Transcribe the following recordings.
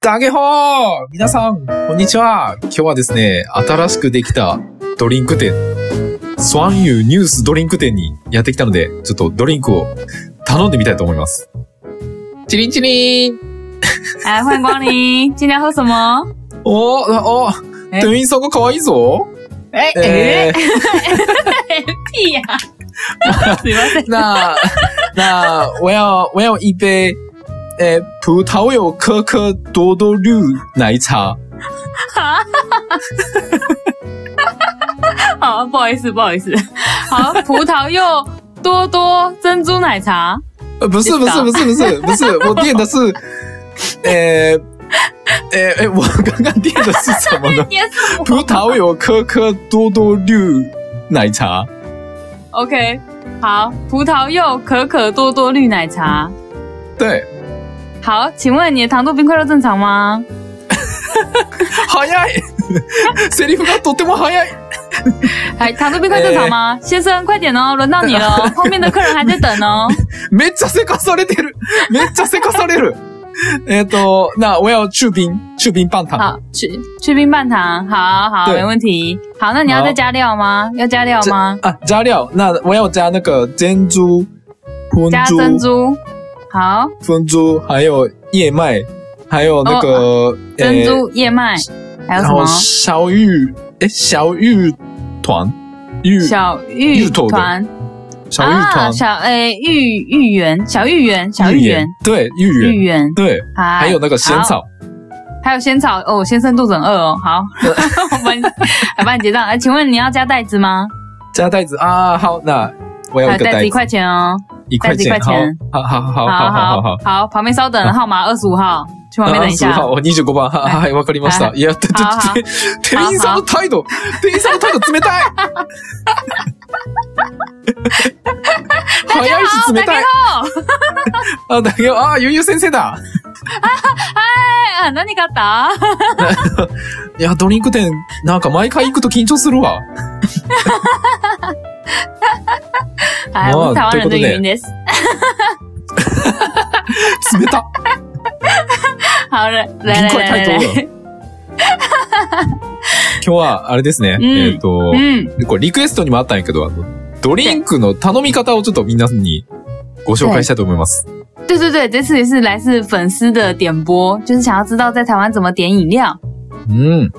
ダゲホー皆さん、こんにちは今日はですね、新しくできたドリンク店、スワンユーニュースドリンク店にやってきたので、ちょっとドリンクを頼んでみたいと思います。チリンチリン来，欢迎光临。今天喝什么？おー、おえー、店員さんが可愛いぞ哎えー、 屁呀！すいません。那那我要我要一杯，呃，葡萄柚可可多多绿奶茶。哈， 好，不好意思，不好意思。好，葡萄柚多多珍珠奶茶。？呃，不是不是不是不是不是，我点的是，呃，呃呃，我刚刚点的是什么 呢也是葡萄柚可可多多绿奶茶。 OK。好，葡萄柚可可多多绿奶茶。对，好，请问你的糖度冰块都正常吗？早い。セリフがとても早い。还糖度冰块正常吗？呃先生，快点哦，轮到你了哦，后面的客人还在等哦。めっちゃせかされてる。めっちゃせかされる。えっと、那我要去冰去冰棒糖。好，去去冰棒糖，好好，对没问题。好，那你要好再加料吗？要加料吗？啊，加料，那我要加那个珍珠、喷加珠、珍珠，好，分珠，还有燕麦，还有那个、呃珍珠、燕麦，还然有什后么？小玉，诶，小玉团，玉小芋芋头的团小玉啊，团，小诶芋芋圆，小芋圆，小芋圆，对，芋圆，芋圆，对，还还有那个仙，好草，还有仙草哦，先生肚子很饿哦，好，我帮你， 来帮你结账。哎，请问你要加袋子吗？加袋子啊，好，那我要还一个有袋袋子一子，块钱哦，一块袋子一钱，块钱好，好好好好好好好。好，旁边稍等，号码二十五号，去旁边等一下。号、二十五番、ははい、わかりました。いや、てて好好て店員さんの態度、店員さんの態度冷たい。早いし冷たい。哎好あ、だけど、あ、ゆうゆう先生だ。哎，何が あった？いや、ドリンク店、なんか毎回行くと緊張するわ。哎，我是台湾人的哦对不对语音です。冷た。好了，来来冰块来来太多来，今日は、あれですね。うんえっと、嗯，これリクエストにもあったんやけど、あのドリンクの頼み方をちょっと皆さんにご紹介したいと思います。对对对，这次也是来自粉丝的点播，就是想要知道在台湾怎么点饮料。うん。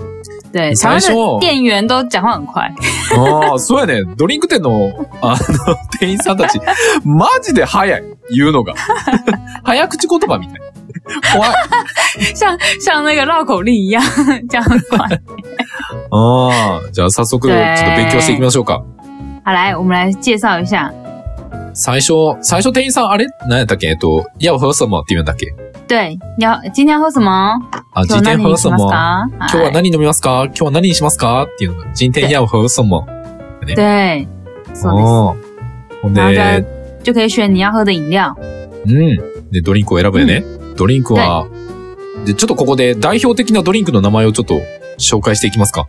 对，台才湾的说店员都讲话很快， ああ、そうやね。ドリンク店の、あの、店員さんたち、マジで早い。言うのが。 早口言葉みたい。怖い。像像那个绕口令一样 讲很 快。ああ、じゃあ早速、ちょっと勉強していきましょうか。好，来我们来介绍一下。最初、最初店員さん、あれ何やったっけえっと、要喝什么って言うんだっけ对，你要今天要喝什么？あ、啊今今日天何に喝し什ます么か？今日は哎何飲みますか今日は何にしますかっていうのが、今天要喝什么对，そあうですーほん然后で、就就可以选你要喝的饮料。うん。で、ドリンクを選ぶよね。ドリンクは、で、ちょっとここで代表的なドリンクの名前をちょっと紹介していきますか。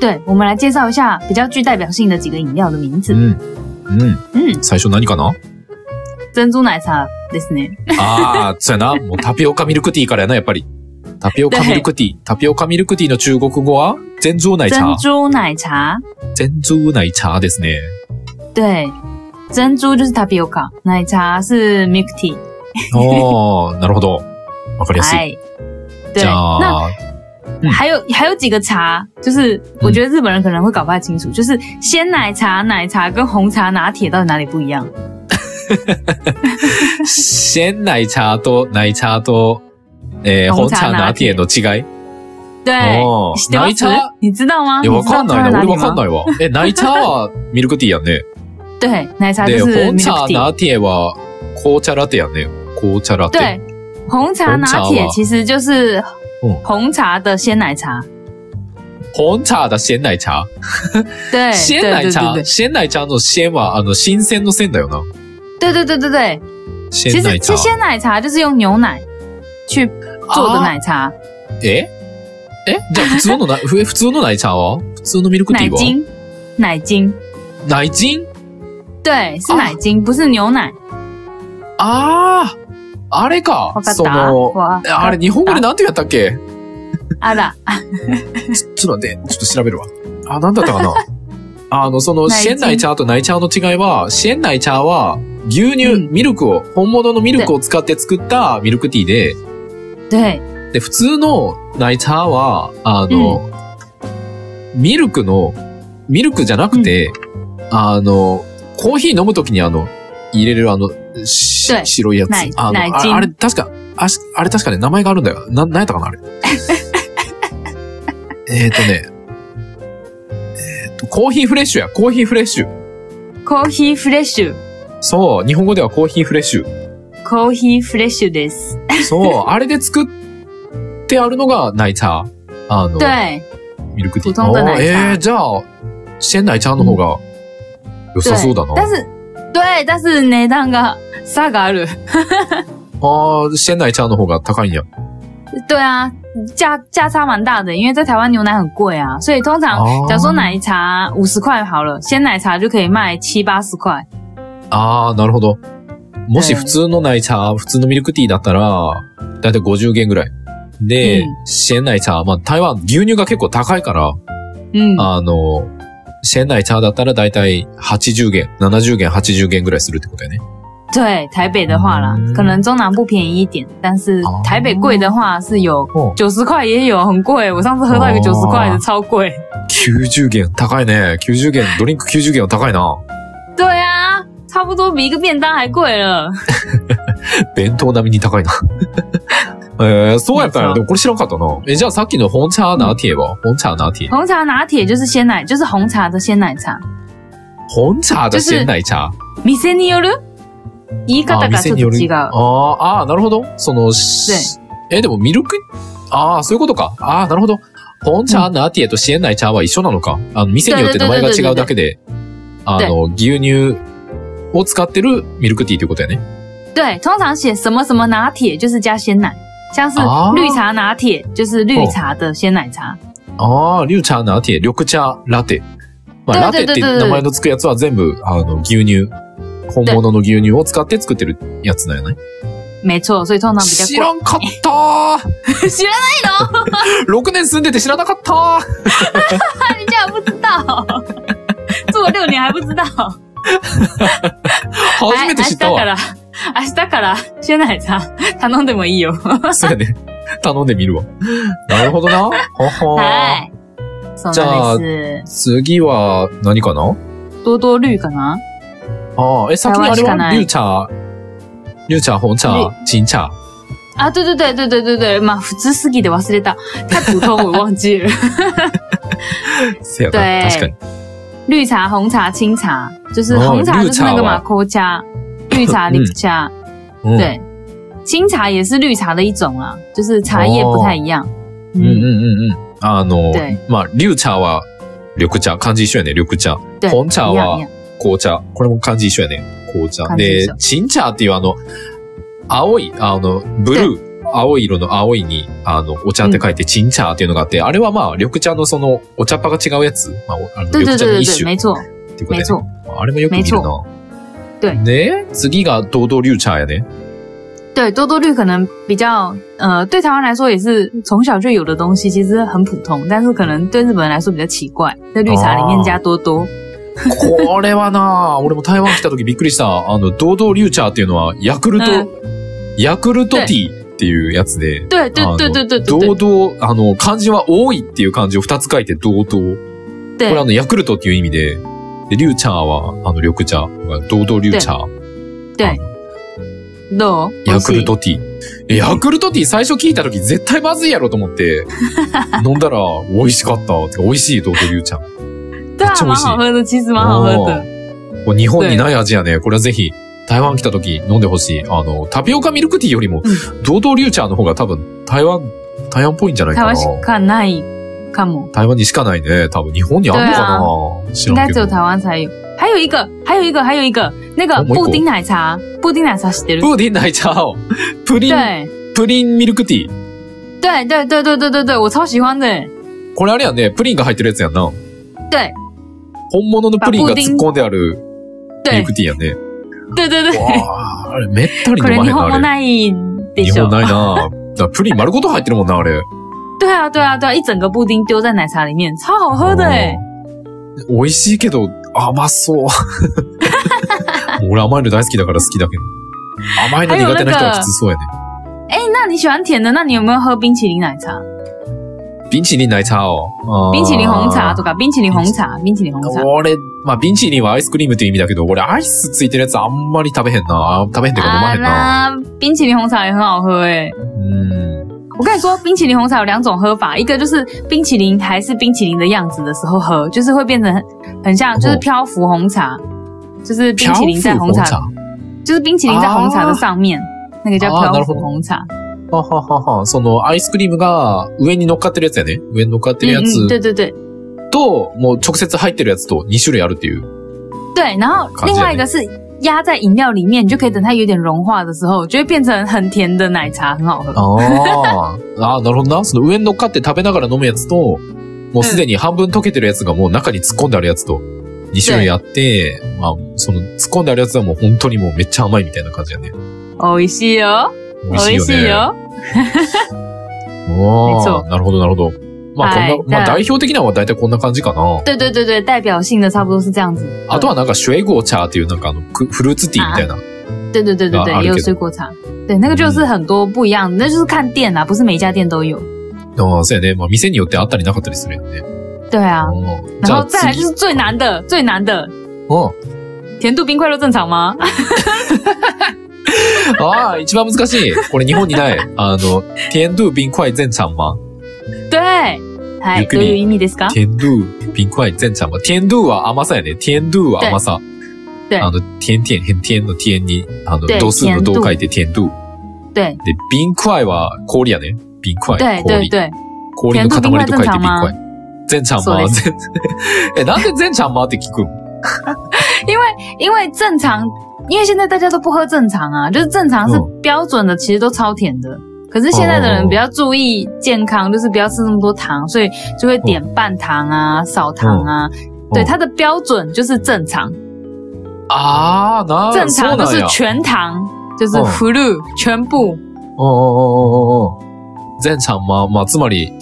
对，我们来介绍一下比较具代表性的几个饮料的名う字。ん。うん。嗯，最初何かな珍珠奶茶ですね。ああ、そうやな。もうタピオカミルクティーからやな、やっぱり。タピオカミルクティー。タピオカミルクティーの中国語は、珍珠奶珍茶。珠奶茶，珍珠奶茶ですね。对，珍珠就是 tapioca，奶茶是 milk tea。ああ、なるほど。わかりやすい。哎，对，じゃ那あ、嗯还有还有几个茶，就是我觉得日本人可能会搞不太清楚，就是鲜奶茶、奶茶跟红茶拿铁到底哪里不一样？鮮奶茶と奶茶と、えー、本紅茶茶拿拿铁鐵の違い对，哦知ってま奶茶す你知道吗？いや、わかんないな。你知道差在哪俺里わかん吗？ないわ。え、ナイチャー はミルクティーやんね。对，奶茶で、就是紅 milk 茶 tea。ナティエは紅茶ラテやんね。紅茶ラテ。对，红茶拿铁其实就是嗯红茶的鲜奶茶。紅茶だ、鮮奶茶。对，鮮对奶对茶对。鮮奶茶の鮮は、あの、新鮮の鮮だよな。对对对对对，其鮮实奶茶这。些奶茶就是用牛奶去做的奶啊茶，ええじゃあ普通のな、 ふ普通の奶茶は普通のミルクテ奶ィーは精，奶精，奶精对，是啊奶精，不是牛奶。あああれかわ。かっそたの、わあれ、日本語でなんてやったっけあら、ちょちょっと待って、ちょっと調べるわ。あ、なんだった かなあの、その、内シチェンンナイチャーとナイチャーの違いは、シェンナイチャーは、牛乳、うんミルクを、本物のミルクを使って作ったミルクティーで、对，で、普通のナイチャーは、あの、ミルクの、ミルクじゃなくて、あの、コーヒー飲むときにあの、入れるあの、し对白いやつ。奶あの奶あ、精あれ、確か、あしあれ確かね、名前があるんだよ。な、何やったかな、 あれ。えっとね、えーと、コーヒーフレッシュや、コーヒーフレッシュ。コーヒーフレッシュ、そう、日本語ではコーヒーフレッシュ。コーヒーフレッシュです。そう、あれで作ってあるのがナイチャー。あの、对，ミルクティー。普通の奶お茶ーえー、じゃあ、鮮奶茶の方が良さそうだな。但是对，但是値段が差がある。あー、鮮奶茶の方が高いんや。对啊，价价差蛮大的，因为在台湾牛奶很贵啊，所以通常哦假如说奶茶五十块好了，鲜奶茶就可以卖七八十块。あー、なるほど。もしうん普通の奶茶、普通のミルクティーだったら、だいたい50元ぐらい。でう、鮮奶茶、まあ台湾牛乳が結構高いから、嗯，あの、鮮奶茶だったらだいたい80元、70元、80元ぐらいするってことやね。对，台北的话啦，嗯可能中南部便宜一点，但是哦台北贵的话是有哦九十块也有，很贵。我上次喝到一个哦九十块的，超贵。 90元、高いね。90元、ドリンク90元は高いな。对啊，差不多比一个便当还贵了。弁当並みに高いな。 えー、そうやったんそや。うでもこれ知らんかったな。え、じゃあさっきの本茶ナティエは本茶ナティエ。红茶拿铁就是鲜奶，就是红茶的鲜奶茶。本茶だし、就是鮮奶茶。店によ哦る言い方あ、がち店ょっにとよる違。う。あーあー、なるほど。その、しえ、でもミルクああ、そういうことか。ああ、なるほど。本茶ナティエとシェンナイ茶は一緒なのか。あの、店によって名前が違うだけで、あの、牛乳を使ってるミルクティーということやね。对，通常写什么什么拿铁就是加鲜奶，像是哦绿茶拿铁就是绿茶的鲜奶茶。ああ、リュウチャーナティエ、緑茶ラテ。まあ、ラテ对っ对て对对名前のつくやつは全部、あの、牛乳。本物の牛乳を使って作ってるやつだよね。没错，所以通常比较知贵。らんかったー 知ら !6 年住んでて知らなかったーない，人家还不知道， 住了六年还不知道。初めて知った明日かわ。ら 明日から鮮奶茶頼んでもい いよ。そうやね。頼んでみるわ。なるほど な。はははい。そうなんで次は、何かなす。多多绿かな？ああ、え、先にあ台湾れしかは、ないリュウチャー、リュウチャー、本茶リ、チンチャー。啊，对对对对对对对，まあ普通すぎて忘れた。太普通我忘记 了。せやな。对確かに。绿茶、红茶、清茶，就是哦红茶就是那绿个茶嘛，啊口茶，绿茶、嗯绿茶，うん。对，清茶也是绿茶的一种啊，就是茶叶不太一样。うんうん嗯，うんうん。あの对、まあ、リュウ茶は緑茶、漢字一緒やね、緑茶。对，红茶一哇样一样。紅茶。これも漢字一緒やね、紅茶。漢字で一緒、チンチャーっていうあの、青い、あの、ブルー。青い色の青いに、あの、お茶って書いて、チンチャーっていうのがあって、あれはまあ、緑茶のその、お茶っ葉が違うやつ。まあ、おあの对对緑茶の对对一对，種没错っていうこと没やね。错。あれもよく見るな。对で、次が、堂々リューチャーやね。对，多多绿可能比较呃，对台湾来说也是从小就有的东西，其实很普通，但是可能对日本人来说比较奇怪，在绿茶里面加多多。これはな、俺も台湾来た時びっくりした。あの、堂々リューチャーっていうのは、ヤクルトうん、ヤクルトティーっていうやつで、对对啊对对对对堂々、あの、漢字は多いっていう漢字を二つ書いて堂々。こ对れあの、ヤクルトっていう意味で、で、リューチャーは、あの、緑茶、堂々リューチャー、对对，どうヤクル。トティー。えヤクルトティー最初聞いた時絶対まずいやろと思って、飲んだら 美味しかった。てか美味しい堂々リューチャー。对啊めっち，ゃ美蛮味しい好喝的，其实蛮好喝的。おーこれ日本にない味やね。これはぜひ、台湾来た時飲んでほしい。あの、タピオカミルクティーよりも、堂々リューチャーの方が多分、台湾、台湾っぽいんじゃない台かな湾。しかないかも，台湾にしかないね。多分日本にあるのかな知应らん该け只有ど。台湾才有。还有一个，还有一个，还有一个，那哦个某一国布丁奶茶，布丁奶茶知ってる？プーディンないちゃおう。プリン、对プリンミルクティー。对对对对对对对，我超喜欢的。これあれやね、プリンが入ってるやつやんな。对本物のプリンが突っ込んであるミル对クティーやね。对对对。わあ、あれめったにこ飲まへんれ日な、本あもれ。ないで日しょ本。ないな。だからプリン丸ごと入ってるもんな、あれ。对啊，对啊，对啊，一整个布丁丢在奶茶里面，超好喝的哎、うん美味しいけど甘 そう。俺甘いの大好きだから好きだけど。甘いの苦手な人はきつそうやね。哎、那你喜欢甜的，那你有没有喝冰淇淋奶茶、ビンチリン奶茶を。あー冰淇淋红茶とか、冰淇淋红茶、冰淇淋哦红茶？俺、まあ、ビンチリンはアイスクリームという意味だけど、俺アイスついてるやつあんまり食べへんな。あ食べへんっていうか飲ま啊へんな。啦，冰淇淋红茶也很好喝哎、うん。我跟你说，冰淇淋红茶有两种喝法，一个就是冰淇淋还是冰淇淋的样子的时候喝，就是会变成很很像，就是漂浮红茶，就是冰淇淋在红茶，就是冰淇淋在红茶的上面，那个叫啊漂浮红茶。はははは。その、アイスクリームが上に乗っかってるやつやね。上に乗っかってるや嗯，对つ对对と、もう直接入ってるやつと2種類あるっていう。对。然后看见另外一个是压在饮料里面，你就可以等它有点融化的时候，就会变成很甜的奶茶，很好喝。あーあー、なるほどな。その上に乗っかって食べながら飲むやつと、もうすでに半分溶けてるやつがもう中に突っ込んであるやつと、2種類あって、まあ、その突っ込んであるやつはもう本当にもうめっちゃ甘いみたいな感じだね。哦，一西哦，美味しいよね。哦。お没ー错なるほど、なるほど。まあ、こんな、はいまあじゃあ代表的なのは大体こんな感じかな。对对对对，代表性的差不多是这样子。あとはなんか、シュエゴーチャーっていうなんかあの、くフルーツティーみたいな。对对对对啊对，也而有且水果茶。对，那个就是很多不一样的，那就是看店啊啦，不是每一家店都有。ああ、そうやね。まあ、店によってあったりなかったりするよね。对啊，うんじ然ゃ后あ再来次就。是最难的，最难的うん甜度冰块肉正常吗？ ああ、一番難しい。これ日本にない。あの、天度冰块正常吗对，哎，ゆっくどうりいう意味ですか？天度冰块正常吗天度は甘さやね。天度は甘さ。对あの、天天、変天の天に、あの、对度数の甜度度書いて天度。对で、冰块は氷やね。冰塊。对对氷。对，氷の塊と書いて甜度冰冰塊正塊。全常吗ちゃんそうまで。 え、なんで全ちゃんまって聞くの因为正常，因为现在大家都不喝正常啊，就是正常是嗯标准的，其实都超甜的。可是现在的哦人比较注意健康，就是不要吃那么多糖，所以就会点半糖啊、少糖啊。对，哦它的标准就是正常，あー、な正そう常就なん是や。全糖，就是哦 full 全部。おおおお全ちゃんま、まあ、つまり、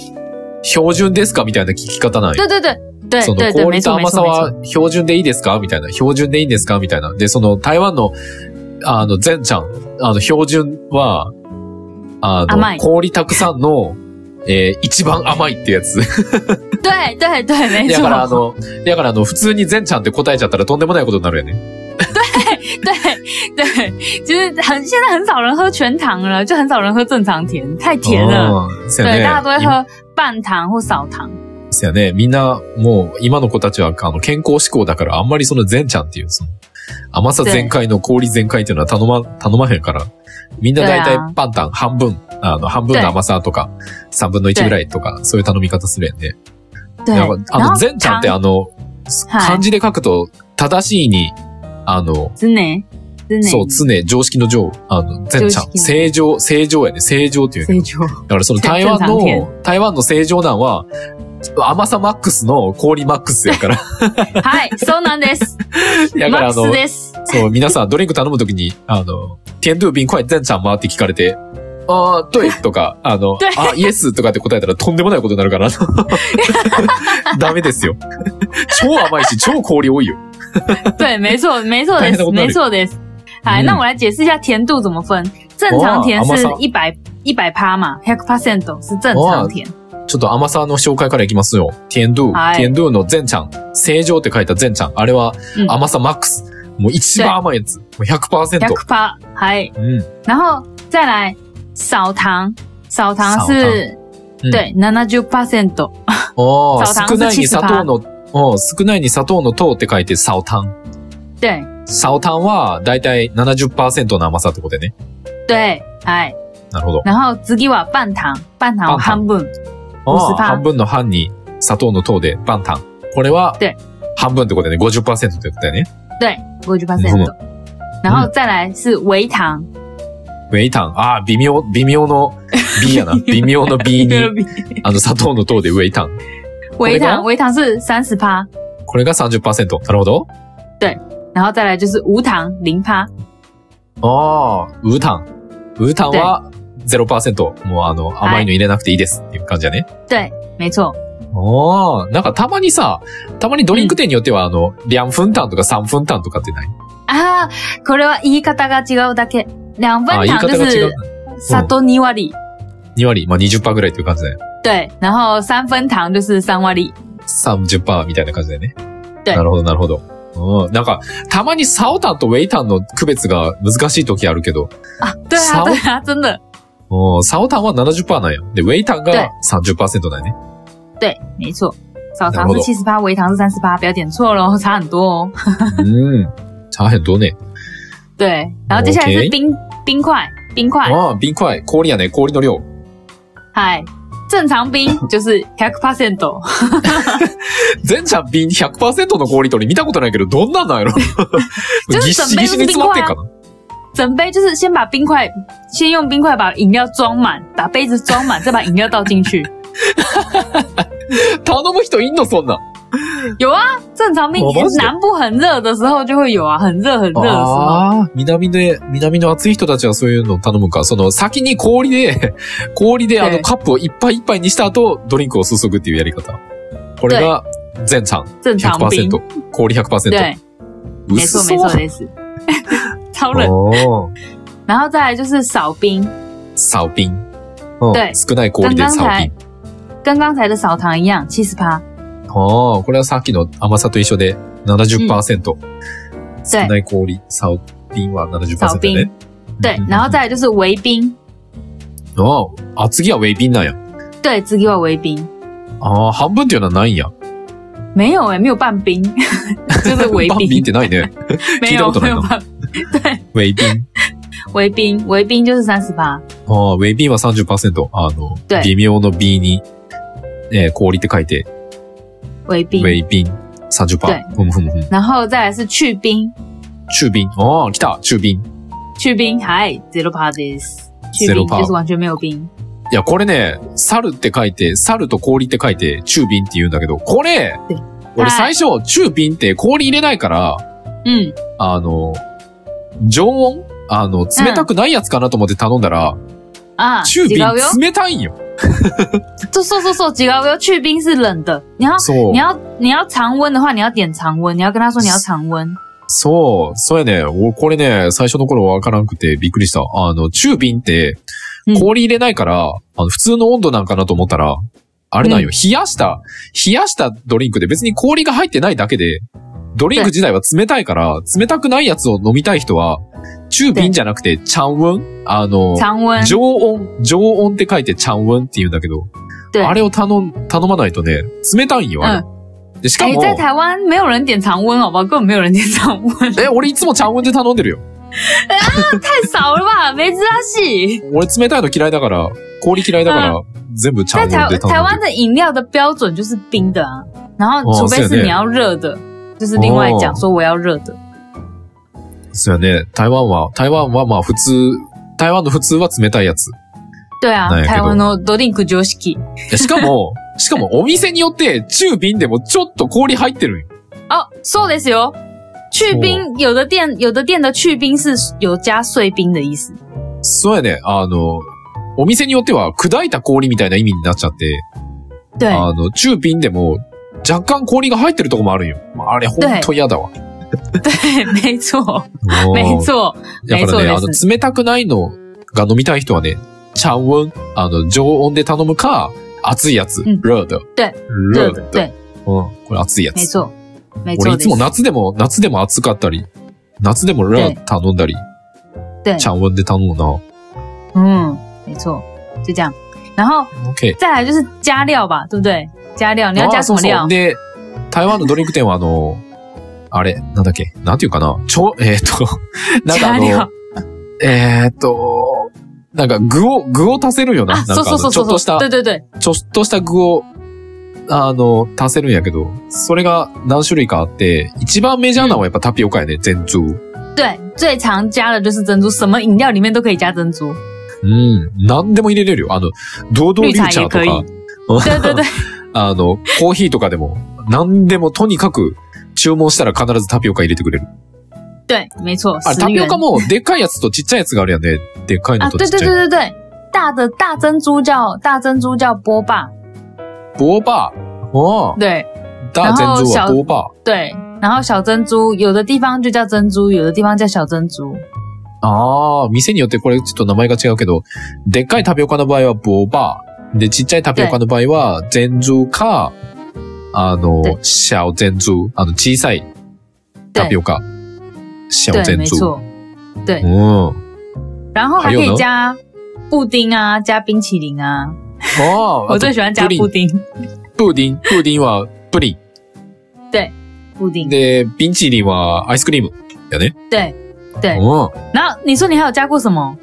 標準ですかみたいな聞き方なんや。对对对对そ对の对，氷没と错没甘さ错没は错。標準でいいですかみたいな。標準でいいんですかみたいな。で、その台湾の、あの、全ちゃん、あの、標準は、あ甘の、い氷たくさんの、えー一番甘いってやつ。对对对，没だからあ错。の、だからあの、普通に全ちゃんって答えちゃったらとんでもないことになるよね。对对，就是很现在很少人喝全糖了，就很少人喝正常甜，太甜了。うん。そうや对，ね。大家都会今喝半糖或少糖。そうやね。みんな、もう、今の子たちは、あの、健康志向だから、あんまりその全ちゃんっていう、その、甘さ全開の氷全開っていうのは頼ま、頼まへんから、みんな大体对啊パンタン半分、あの、半分の甘さとか、三分の一ぐらいとか、そういう頼み方するやんね。对，哦やっぱあ然の、后全ちゃんって糖あの、はい漢字で書くと、正しいに、あの、之内之内そう、常、常識の常、あの、全ちゃん。常識の正常、正常やね。正常っていうね。谁就だからその台湾正常天 の、台湾の正常なんは、甘さマックスの氷マックスや から。嗨，so n this だからあ max の、 this，そう、皆さんドリンク頼むときに、あの、天度瓶快全ちゃん回って聞かれて、あー、对とか、あ の、对あ、イエスとかって答えたらとんでもないことになるから。 ダメですよ。超甘いし、超氷多いよ。对，没错，没错大家都，this，不知道没错，this。嗨，嗯那我来解释一下甜度怎么分。正常甜是一百一百趴嘛，hundred percent 是正常甜。ちょっと甘さの紹介からいきますよ。天度、はい天度の全ちゃん、正常って書いた全ちゃん。あれはうん甘さマックス。もう一番甘いやつ。もう100%。百趴，嗨，うん。然后再来少糖，少糖是糖嗯对 n a n a j u percent，おー砂少糖ないに70%砂糖の、おー少ないに砂糖の糖って書いて砂糖。对砂糖はだいたい70%の甘さってことでね。对，嗨，なるほど。然后次は半糖，半半糖糖半分，あ50%ー半分の半に砂糖の糖でバンタン。これはで半分ってことでね、50%ってことだよね。对50%。然后再来是微糖，ウェイタン。ああ、微妙、微妙の B やな。微妙の B に、あの砂糖の糖でウェイタン。微回答糖微糖是三十趴，これが30%。なるほど。然然后再来就是无糖零趴，ああ、無糖。無糖は0%。もうあの、甘いの入れなくていいですっていう感じだね。对，没错，おー、なんかたまにさ、たまにドリンク店によってはあの、2分単とか3分単とかってないあー、啊これは言い方が違うだけ。两分あ、言い糖方就が違是う。砂糖二割里， 2割、まあ20%ぐらいという感じだよ。对，然后三分糖就是三割里， 30%みたいな感じだよね。对なるほど、なるほど。うん、なんか、たまにサオタンとウェイタンの区別が難しい時あるけど、啊，对少啊，对啊，真的，うんサオタンは70%なんよ。で、ウェイタンが30%なんよね。 对，没错，少然糖后是呢七十八，微糖是三十八，不要点错喽， 差很多哦。うん。差很多ね。对，然后接下来是 OK 哦冰冰块，冰块，ああ、冰塊。氷やね、氷の量。嗨，正常冰就是100 percent，全ちゃん瓶100%の氷取り見たことないけど、どんなん なんやろちょっとぎっしぎしに詰まってんかな整杯就是先把冰块，先用冰块把饮料装满，把杯子装满，再把饮料倒进去。頼む人いんのそんなん。有啊，正常冰我忘记了南部很热的时候就会有啊，很热很热的时候。ああ、南で、南の暑い人たちはそういうのを頼むか。その、先に氷で、 氷であはのいカップをいっぱいいっぱいにした後、ドリンクを注ぐっていうやり方。これが、全ちゃん正常冰， 100%。氷100%。对，没薄错そ没う错，没事， 超哦冷。おー然后再来就是少冰，サオピン。うん对少ない氷でサオピン。跟刚才的少糖一样，七十趴。ああ、これはさっきの甘さと一緒で70%。少对ない氷、サオピンは70%サオピンだね。对うん，然后再来就是微冰，ああ、あ、次はウェイピンなんや。对，只给我微冰。ああ、半分っていうのはないんや。没有哎、没有半冰， 就是微半瓶冰っ，てないね。聞没いた有こと没ない有な半ウェイピン。微冰，微冰就是三十八，ああ、ウェイビーは30%。あの、对微妙の B に、えー氷って書いて、微ウ冰ェ，イビン对30%。ふむふむふむ。然后再来是去冰，中瓶。ああ、来た中瓶。去冰还 zero p a r t i s 去冰0%就是完全没有冰，いや、これね、猿って書いて、猿と氷って書いて、中瓶って言うんだけど、これ对、俺は最初、中瓶って氷入れないから、嗯，あの、常温あの、冷たくないやつかなと思って頼んだら、啊，中吉瓶高哟，冷たいんよ。就说说说吉高哟，去冰是冷的，你要そう你。要你要常温的话，你要点常温，你要跟他说你要常温，そう、そうやね。おこれね、最初の頃わからんくてびっくりした。あの、中瓶ってう、ん氷入れないから、あの普通の温度なんかなと思ったら、あれなんよ、冷やした、冷やしたドリンクで別に氷が入ってないだけで、ドリンク自体は冷たいから、冷たくないやつを飲みたい人は、中瓶じゃなくて、ちゃん温あの、常温，常温、常温って書いてちゃん温って言うんだけど、对，あれを頼ん、頼まないとね、冷たいんよ、あれ。で、しか哎、も、在台湾没有人点常温，好不好？根本没有人点常 温，え、俺いつもちゃん温で頼んでるよ。太少了吧，没知道细。俺冷たいの嫌いだから、氷嫌いだから、全部ちゃ在んと台で台頼湾んで。的饮料的标准就是冰的啊，然后哦除非是有点哦是你要热的，就是另外讲说我要热的。そうやね。台湾は、台湾はまあ普通、台湾の普通は冷たいやつ。对啊那，也可以台湾のドリンク常識。えしかも、しかもお店によって中瓶でもちょっと氷入ってるんよ。哦，そうですよ。去冰有的店有的店的去冰是有加碎冰的意思。そうやね。あの、お店によっては砕いた氷みたいな意味になっちゃって、对あの、中瓶でも若干氷が入ってるとこもあるんよ。まああれほんと嫌だわ。对， 没错，もう没错，だからね、冷あ蔵での、冷たくないのが飲みたい人はね、常温、あの、常温で頼むか、熱いやつ、うん热的。对热热的的，。对，うん、これ熱いや没つ。错，没俺错いでつもす。夏でも、夏でも暑かったり、夏でも热頼んだり、对，常温で頼むな。嗯，没错，就这样。然后 OK。再来就是加料吧，对不对？加料，你要加あ什么そうそ料う？で、台湾のドリンク店はあの、あれ、なんだっけ、なんていうかな、ちょ、えーっと、 なんか加あ料の。、えーっと、なんか具を、具を足せるような、な啊，んかそうあそうそのうちょっとしそたう。对对对ちょっとした具を、あの、足せるんやけど、それが何種類かあって、一番メジャーなのはやっぱタピオカやね、全珠。对，最常加的就是珍珠，什么饮料里面都可以加珍珠。うん。何でも入れれるよ。あの、堂々绿リ茶ーチャー也と可以か、。对 对对，あの、コーヒーとかでも、何でもとにかく注文したら必ずタピオカ入れてくれる。对，啊没错，あれ、十タピ元オカも、でっかいやつとちっちゃいやつがあるやんね。でっかい啊の！とち对っち对对ゃいの。对对，大的大珍珠叫大珍珠叫波霸，ボーバー。おー。对大珍珠然は后小ボーバ对。然后小珍珠有的地方就叫珍珠，有的地方叫小珍珠。ー。あー、店によってこれちょっと名前が違うけど、でっかいタピオカの場合はボーバー。で、ちっちゃいタピオカの場合は、珍珠か、あの对、小珍珠。あの、小さいタピオカ。小对，珍没珠。错。うん。然后还还可有以呢加布丁啊，加冰淇淋啊。あー、我最喜欢加プリンプー布丁，ディン、プーディンはプリ布丁ン。。で、ビンチリンはアイスクリーム。やね。对对。うん。然后你说你还有加过什么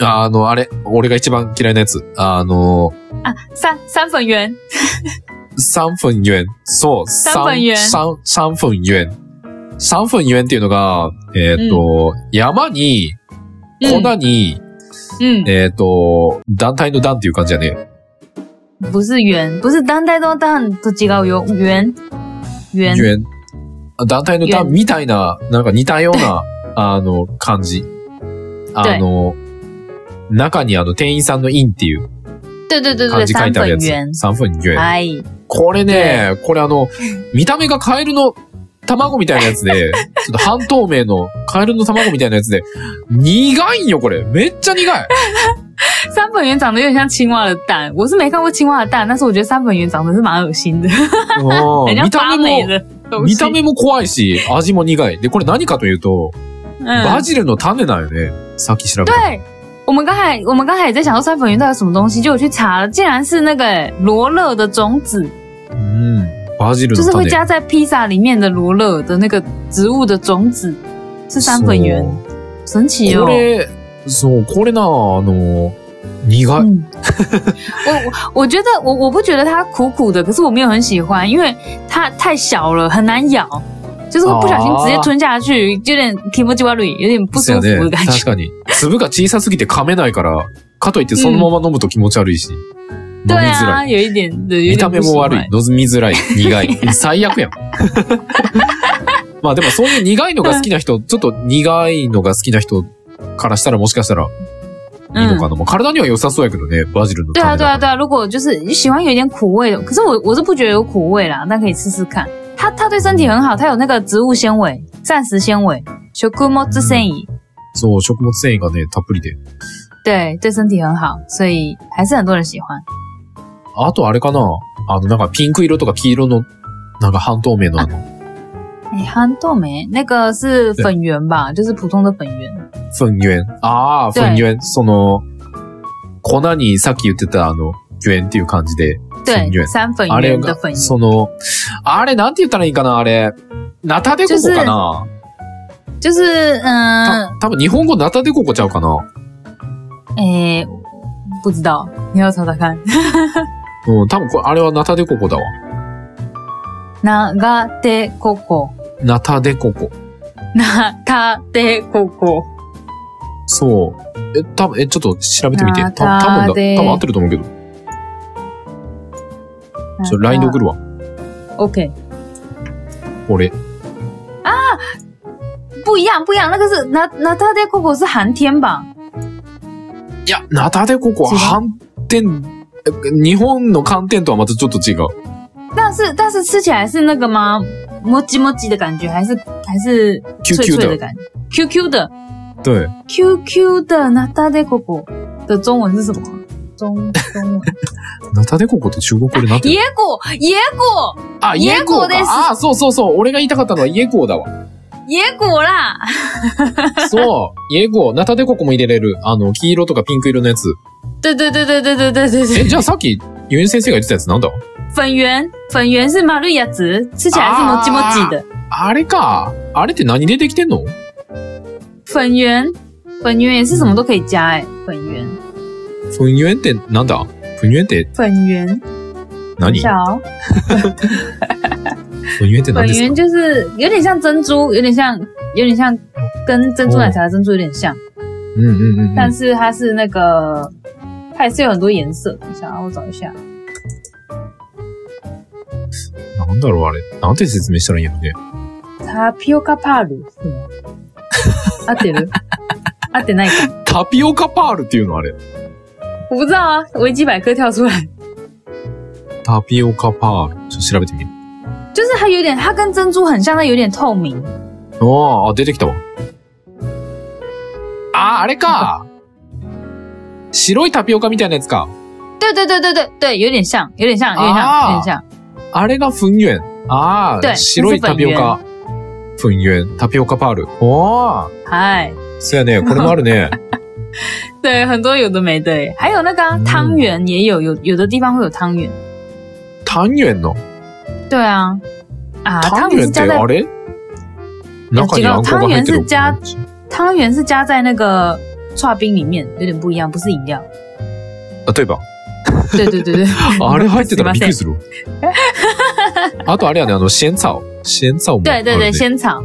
あの、あれ、俺が一番嫌いなやつ。あの、啊？三三粉圆，三分円。そう、三分円三、三分円。三分円っていうのが、えっ、と、山に、粉嗯に、嗯，えっ、と、団体の団っていう感じやね。不是圆，不是当代都当都几高圆圆圆円。団体の団円みたいな、なんか似たよう な、あの、感じ。あの、中にあの、店員さんのインっていう对对对漢对，字書い三てある粉や圆つ。。三分円。哎，これね、これあの、見た目がカエルの卵みたいなやつ で、ちょっと半透明のカエルの卵みたいなやつで、苦いんよ、これ。めっちゃ苦 い。三粉圆长得有点像青蛙的蛋，我是没看过青蛙的蛋，但是我觉得三粉圆长得是蛮恶心的，う 很ん像見た发霉目的も、东西見。た目も怖いし、味も苦い。で、これ何かというと、バ嗯，ジルの種なんよね。さっき調べた。对。我们刚才我们刚才也在想说三粉圆到底是什么东西，就我去查了，竟然是那个哎罗勒的种子，うん。バジル就の是会種。加在披萨里面的罗勒的那个植物的种子，是三粉圆，神奇そうこ。哦れ、そう、これな、あの、苦い。嗯， 我我我觉得我我不觉得它苦苦的，可是我没有很喜欢，因为它太小了，很难咬，就是会不小心直接吞下去，有点 k i m o j i w a r i 有点不舒そうやね。服的感確觉。かに。粒が小さすぎて噛めないから、かといってそのまま飲むと気持ち悪いし。飲み对づら啊，い。有一点对，見有一た目点不喜も欢悪い。。飲みづらい。苦 い。最悪やん。まあでもそういう苦いのが好きな人、ちょっと苦いのが好きな人からしたらもしかしたらいいの嗯か。な。まあ体には良さそうやけどね、バジルの对啊，種对だから。啊，对啊！如果就是你喜欢有一点苦味的，可是我我是不觉得有苦味啦，但可以试试看。它它对身体很好，它有那个植物纤维、膳食纤维、食物繊維，そう、食物繊維がね、たっぷりで。对，对身体很好，所以还是很多人喜欢。あとあれかなあの、なんかピンク色とか黄色の、なんか半透明のあの、哎，憨豆梅那个是粉圆吧，就是普通的粉圆。粉圆。ああ、对粉圆。その、粉にさっき言ってたあの、円っていう感じで。对粉圆，三粉あれ圆的粉が、圆。その、あれなんて言ったらいいかなあれ。ナタデココかな、就是嗯，た多分日本語ナタデココちゃうかな哎，不知道，你要查查看。うん、多分これ、あれはナタデココだわ。那がてここ，ナタデココ。那たてここ，そう。え、多分え、ちょっと調べてみて。たナ多タ分だ、多デ分合ってると思うけど。ちょ、LINE で送るわ。 OK，俺。不一样，不一样，那个是那那他てここ是寒天吧？いや、ナタデココは違う反転、え日本の寒天とはまたちょっと違う。但是但是吃起来是那个吗？摸叽摸叽的感觉，还是还是脆 QQ 脆的的。感觉？Q Q 的。对。 QQ 的那大デココ的中文是什么？中中文ナタデココって中国語でなんて言う野果野果あ、イイエエココーーですか。あ、そうそうそう。俺が言いたかったのはイエコーだ わ。野果啦！そう。イエコー。ナタデココも入れれる。あの、黄色とかピンク色のやつ。对对对对对对对对え、对，じゃあさっき、ゆえん先生が言ってたやつなんだ粉圆粉圆是马瑞亚子，吃起来是摩叽摩叽的。あれか。あれって何でできてんの粉圆粉圆也是什么都可以加哎、粉圆ふんゆえんってなんだふんゆえんって粉圆，等何一下哦，ふんゆえんって粉何ですか圆就是有点像珍珠，有点像有点像跟珍珠奶茶的珍珠有点像，うんうんうんう但ん。是它是那个它也是有很多颜色。等一下啊，我找一下。なんだろうあれ。なんて説明したらいいのね。タピオカパール是吗？合ってる合ってないか。タピオカパールっていうのあれ。我不知道啊，维基百科跳出来，タピオカパール。ちょっと調べてみよ就是它有点，它跟珍珠很像，但有点透明。う。あーあ、出てきたわ。あー、あれか。白いタピオカみたいなやつか。对对对对对对，有点像，有点像，有点啊像，有点像。あれが粉圆。あ对あ、白いタピオカ。粉圆、タピオカパール。おー。嗨，そう やね。これもあるね。对，很多有的没的耶，还有那个啊嗯汤圆也有，有有的地方会有汤圆。単元の。对啊，啊，単汤圆元是って加在あれ中にあんこが入ってる違う単元是加汤圆是加在那个刨冰里面，有点不一样，不是饮料。 例 えば。对对对对，あれ入ってたらびっくりするわ。 あとあれやね、あの、シェンツァオ。シェンツァオもある对ね。对对，仙草。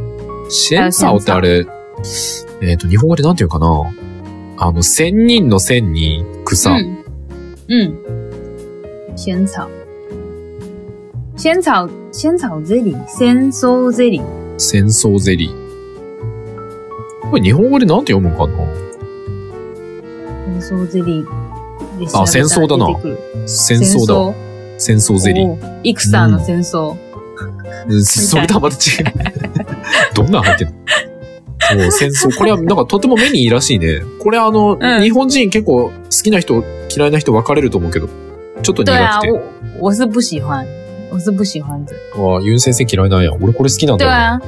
シェンツァオってあれ、えっと、日本語でなんていうかな。あの、千人の千に草。嗯嗯，仙草，仙草，仙草这里，仙收这里，戦争ゼリー。これ日本語でなんて読むんか仙收这里。あ戦争だな哦な戦争だ。だ。戦争ゼリー。おー。イクサーの戦争。うんそれとはまた違う。どんなん入ってんのもう戦争。これはなんかとても目にいいらしいね。これあの、うん日本人結構好きな人、嫌いな人分かれると思うけど、ちょっと苦对啊くて。，我我是不喜欢，我是不喜欢的。ああ、ユン先生嫌いなんや。俺これ好きなんだ对よ。啊，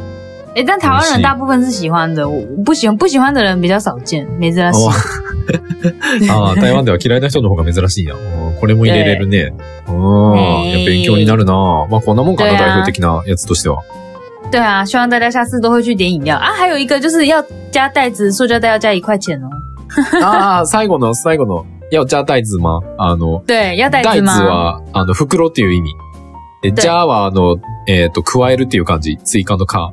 诶，但台湾人大部分是喜欢的，我我不喜欢不喜欢的人比较少见，没珍哦惜。 ああ、台湾では嫌いな人の方が珍しいんや。うんこれも入れれるね。うん。いや勉強になるな。まあこんなもんかな、对啊代表的なやつとして は。 对啊，希望大家下次都会去点饮料啊。还有一个就是要加袋子，塑胶袋要加一块钱哦。ああ、最後の、最後の、いや、じゃあ大豆ま。あの、对，要袋大豆子吗？は、あの、袋っていう意味。で、对じゃあは、あの、えっ、と、加えるっていう感じ。追加のか。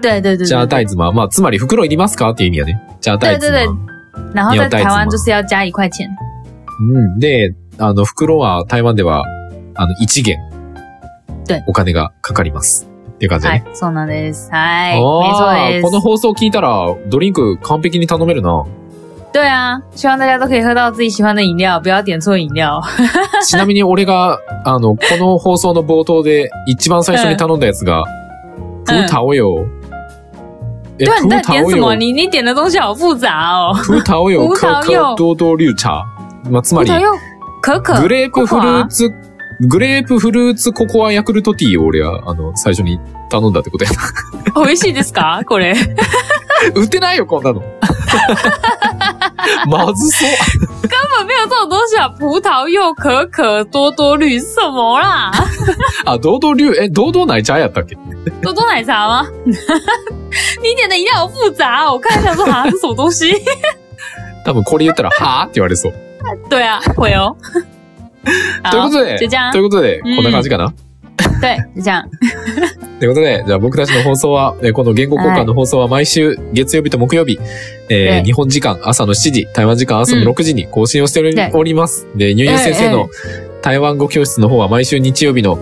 对对对じゃあ大对对。豆ま。まあ、つまり袋いりますかっていう意味やね。じゃあ大豆对对ま。然后你有在袋子台湾吗就是要加一块钱。うん。で、あの、袋は台湾では、あの、一元。对お金がかかります。っていう感じや嗨ね。，そうなんです。嗨，哎没错あーですこの放送聞いたら、ドリンク完璧に頼める な。对啊，希望大家都可以喝到自己喜欢的饮料，不要点错饮料。哎ちなみに俺が、あの、この放送の冒頭で一番最初に頼んだやつが、プータオヨ。え、对プ啊，你到ー底タ点オ什么？ヨ、你你点的东西好复杂哦。プータオヨ、葡萄可柚可多多绿茶。まあ、つまり、又可可グレープフルーツ、グレープフルーツココアヤクルトティーを俺は、あの、最初に頼んだってことや。 美味しいですか？これ売ってないよ、こんなの。 まずそう。根本没有这种东西啊！葡萄柚、可可、多多绿是什么啦？あ、堂々流、え、堂々奶茶やったっけ多多奶茶吗？ 你点的饮料好复杂哦！我看一下说啊，这什么东西？ 多分これ言ったら、はぁって言われそう。对啊，会哦。というこ好，とで、就这样ということで、うんこんな感じかな。对，就这样。ということで、じゃあ僕たちの放送は、えーこの言語交換の放送は毎週月曜日と木曜日、えーええ日本時間朝の7時、台湾時間朝の6時に更新をしており,、ええます。で、ニューイン先生の台湾語教室の方は毎週日曜日の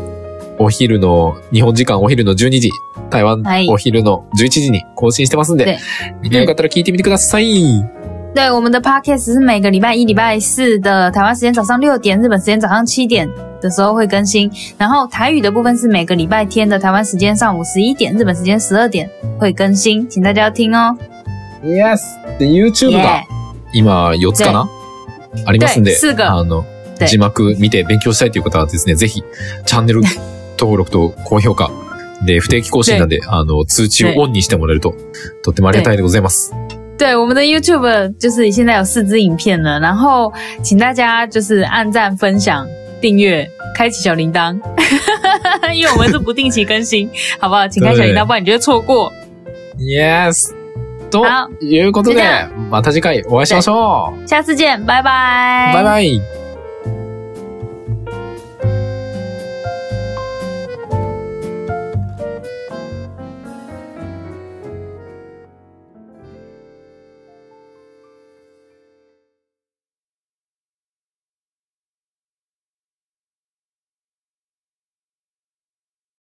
お昼の、日本時間お昼の12時、台湾はいお昼の11時に更新してますんで、でみんなよかったら聞いてみてください。对，我们的 podcast 是每个礼拜一、礼拜四的台湾时间早上六点，日本时间早上七点的时候会更新。然后台语的部分是每个礼拜天的台湾时间上午十一点，日本时间十二点会更新，请大家要听哦。 Yes! で、YouTube が Yeah 今4つかなありますんで对，、四个，あの、对字幕見て勉強したいという方はですね、ぜひ、チャンネル登録と高評価。で、不定期更新なんで、あの、通知をオンにしてもらえると、とってもありがたいでございます。对，我们的 YouTube 就是现在有四支影片了，然后请大家就是按赞、分享、订阅、开启小铃铛， 因为我们是不定期更新，好不好？请开小铃对铛，不然你就会错过。 Yes! と好，いうことじでゃ、また次回お会いしましょう下次见，拜拜，バイバイ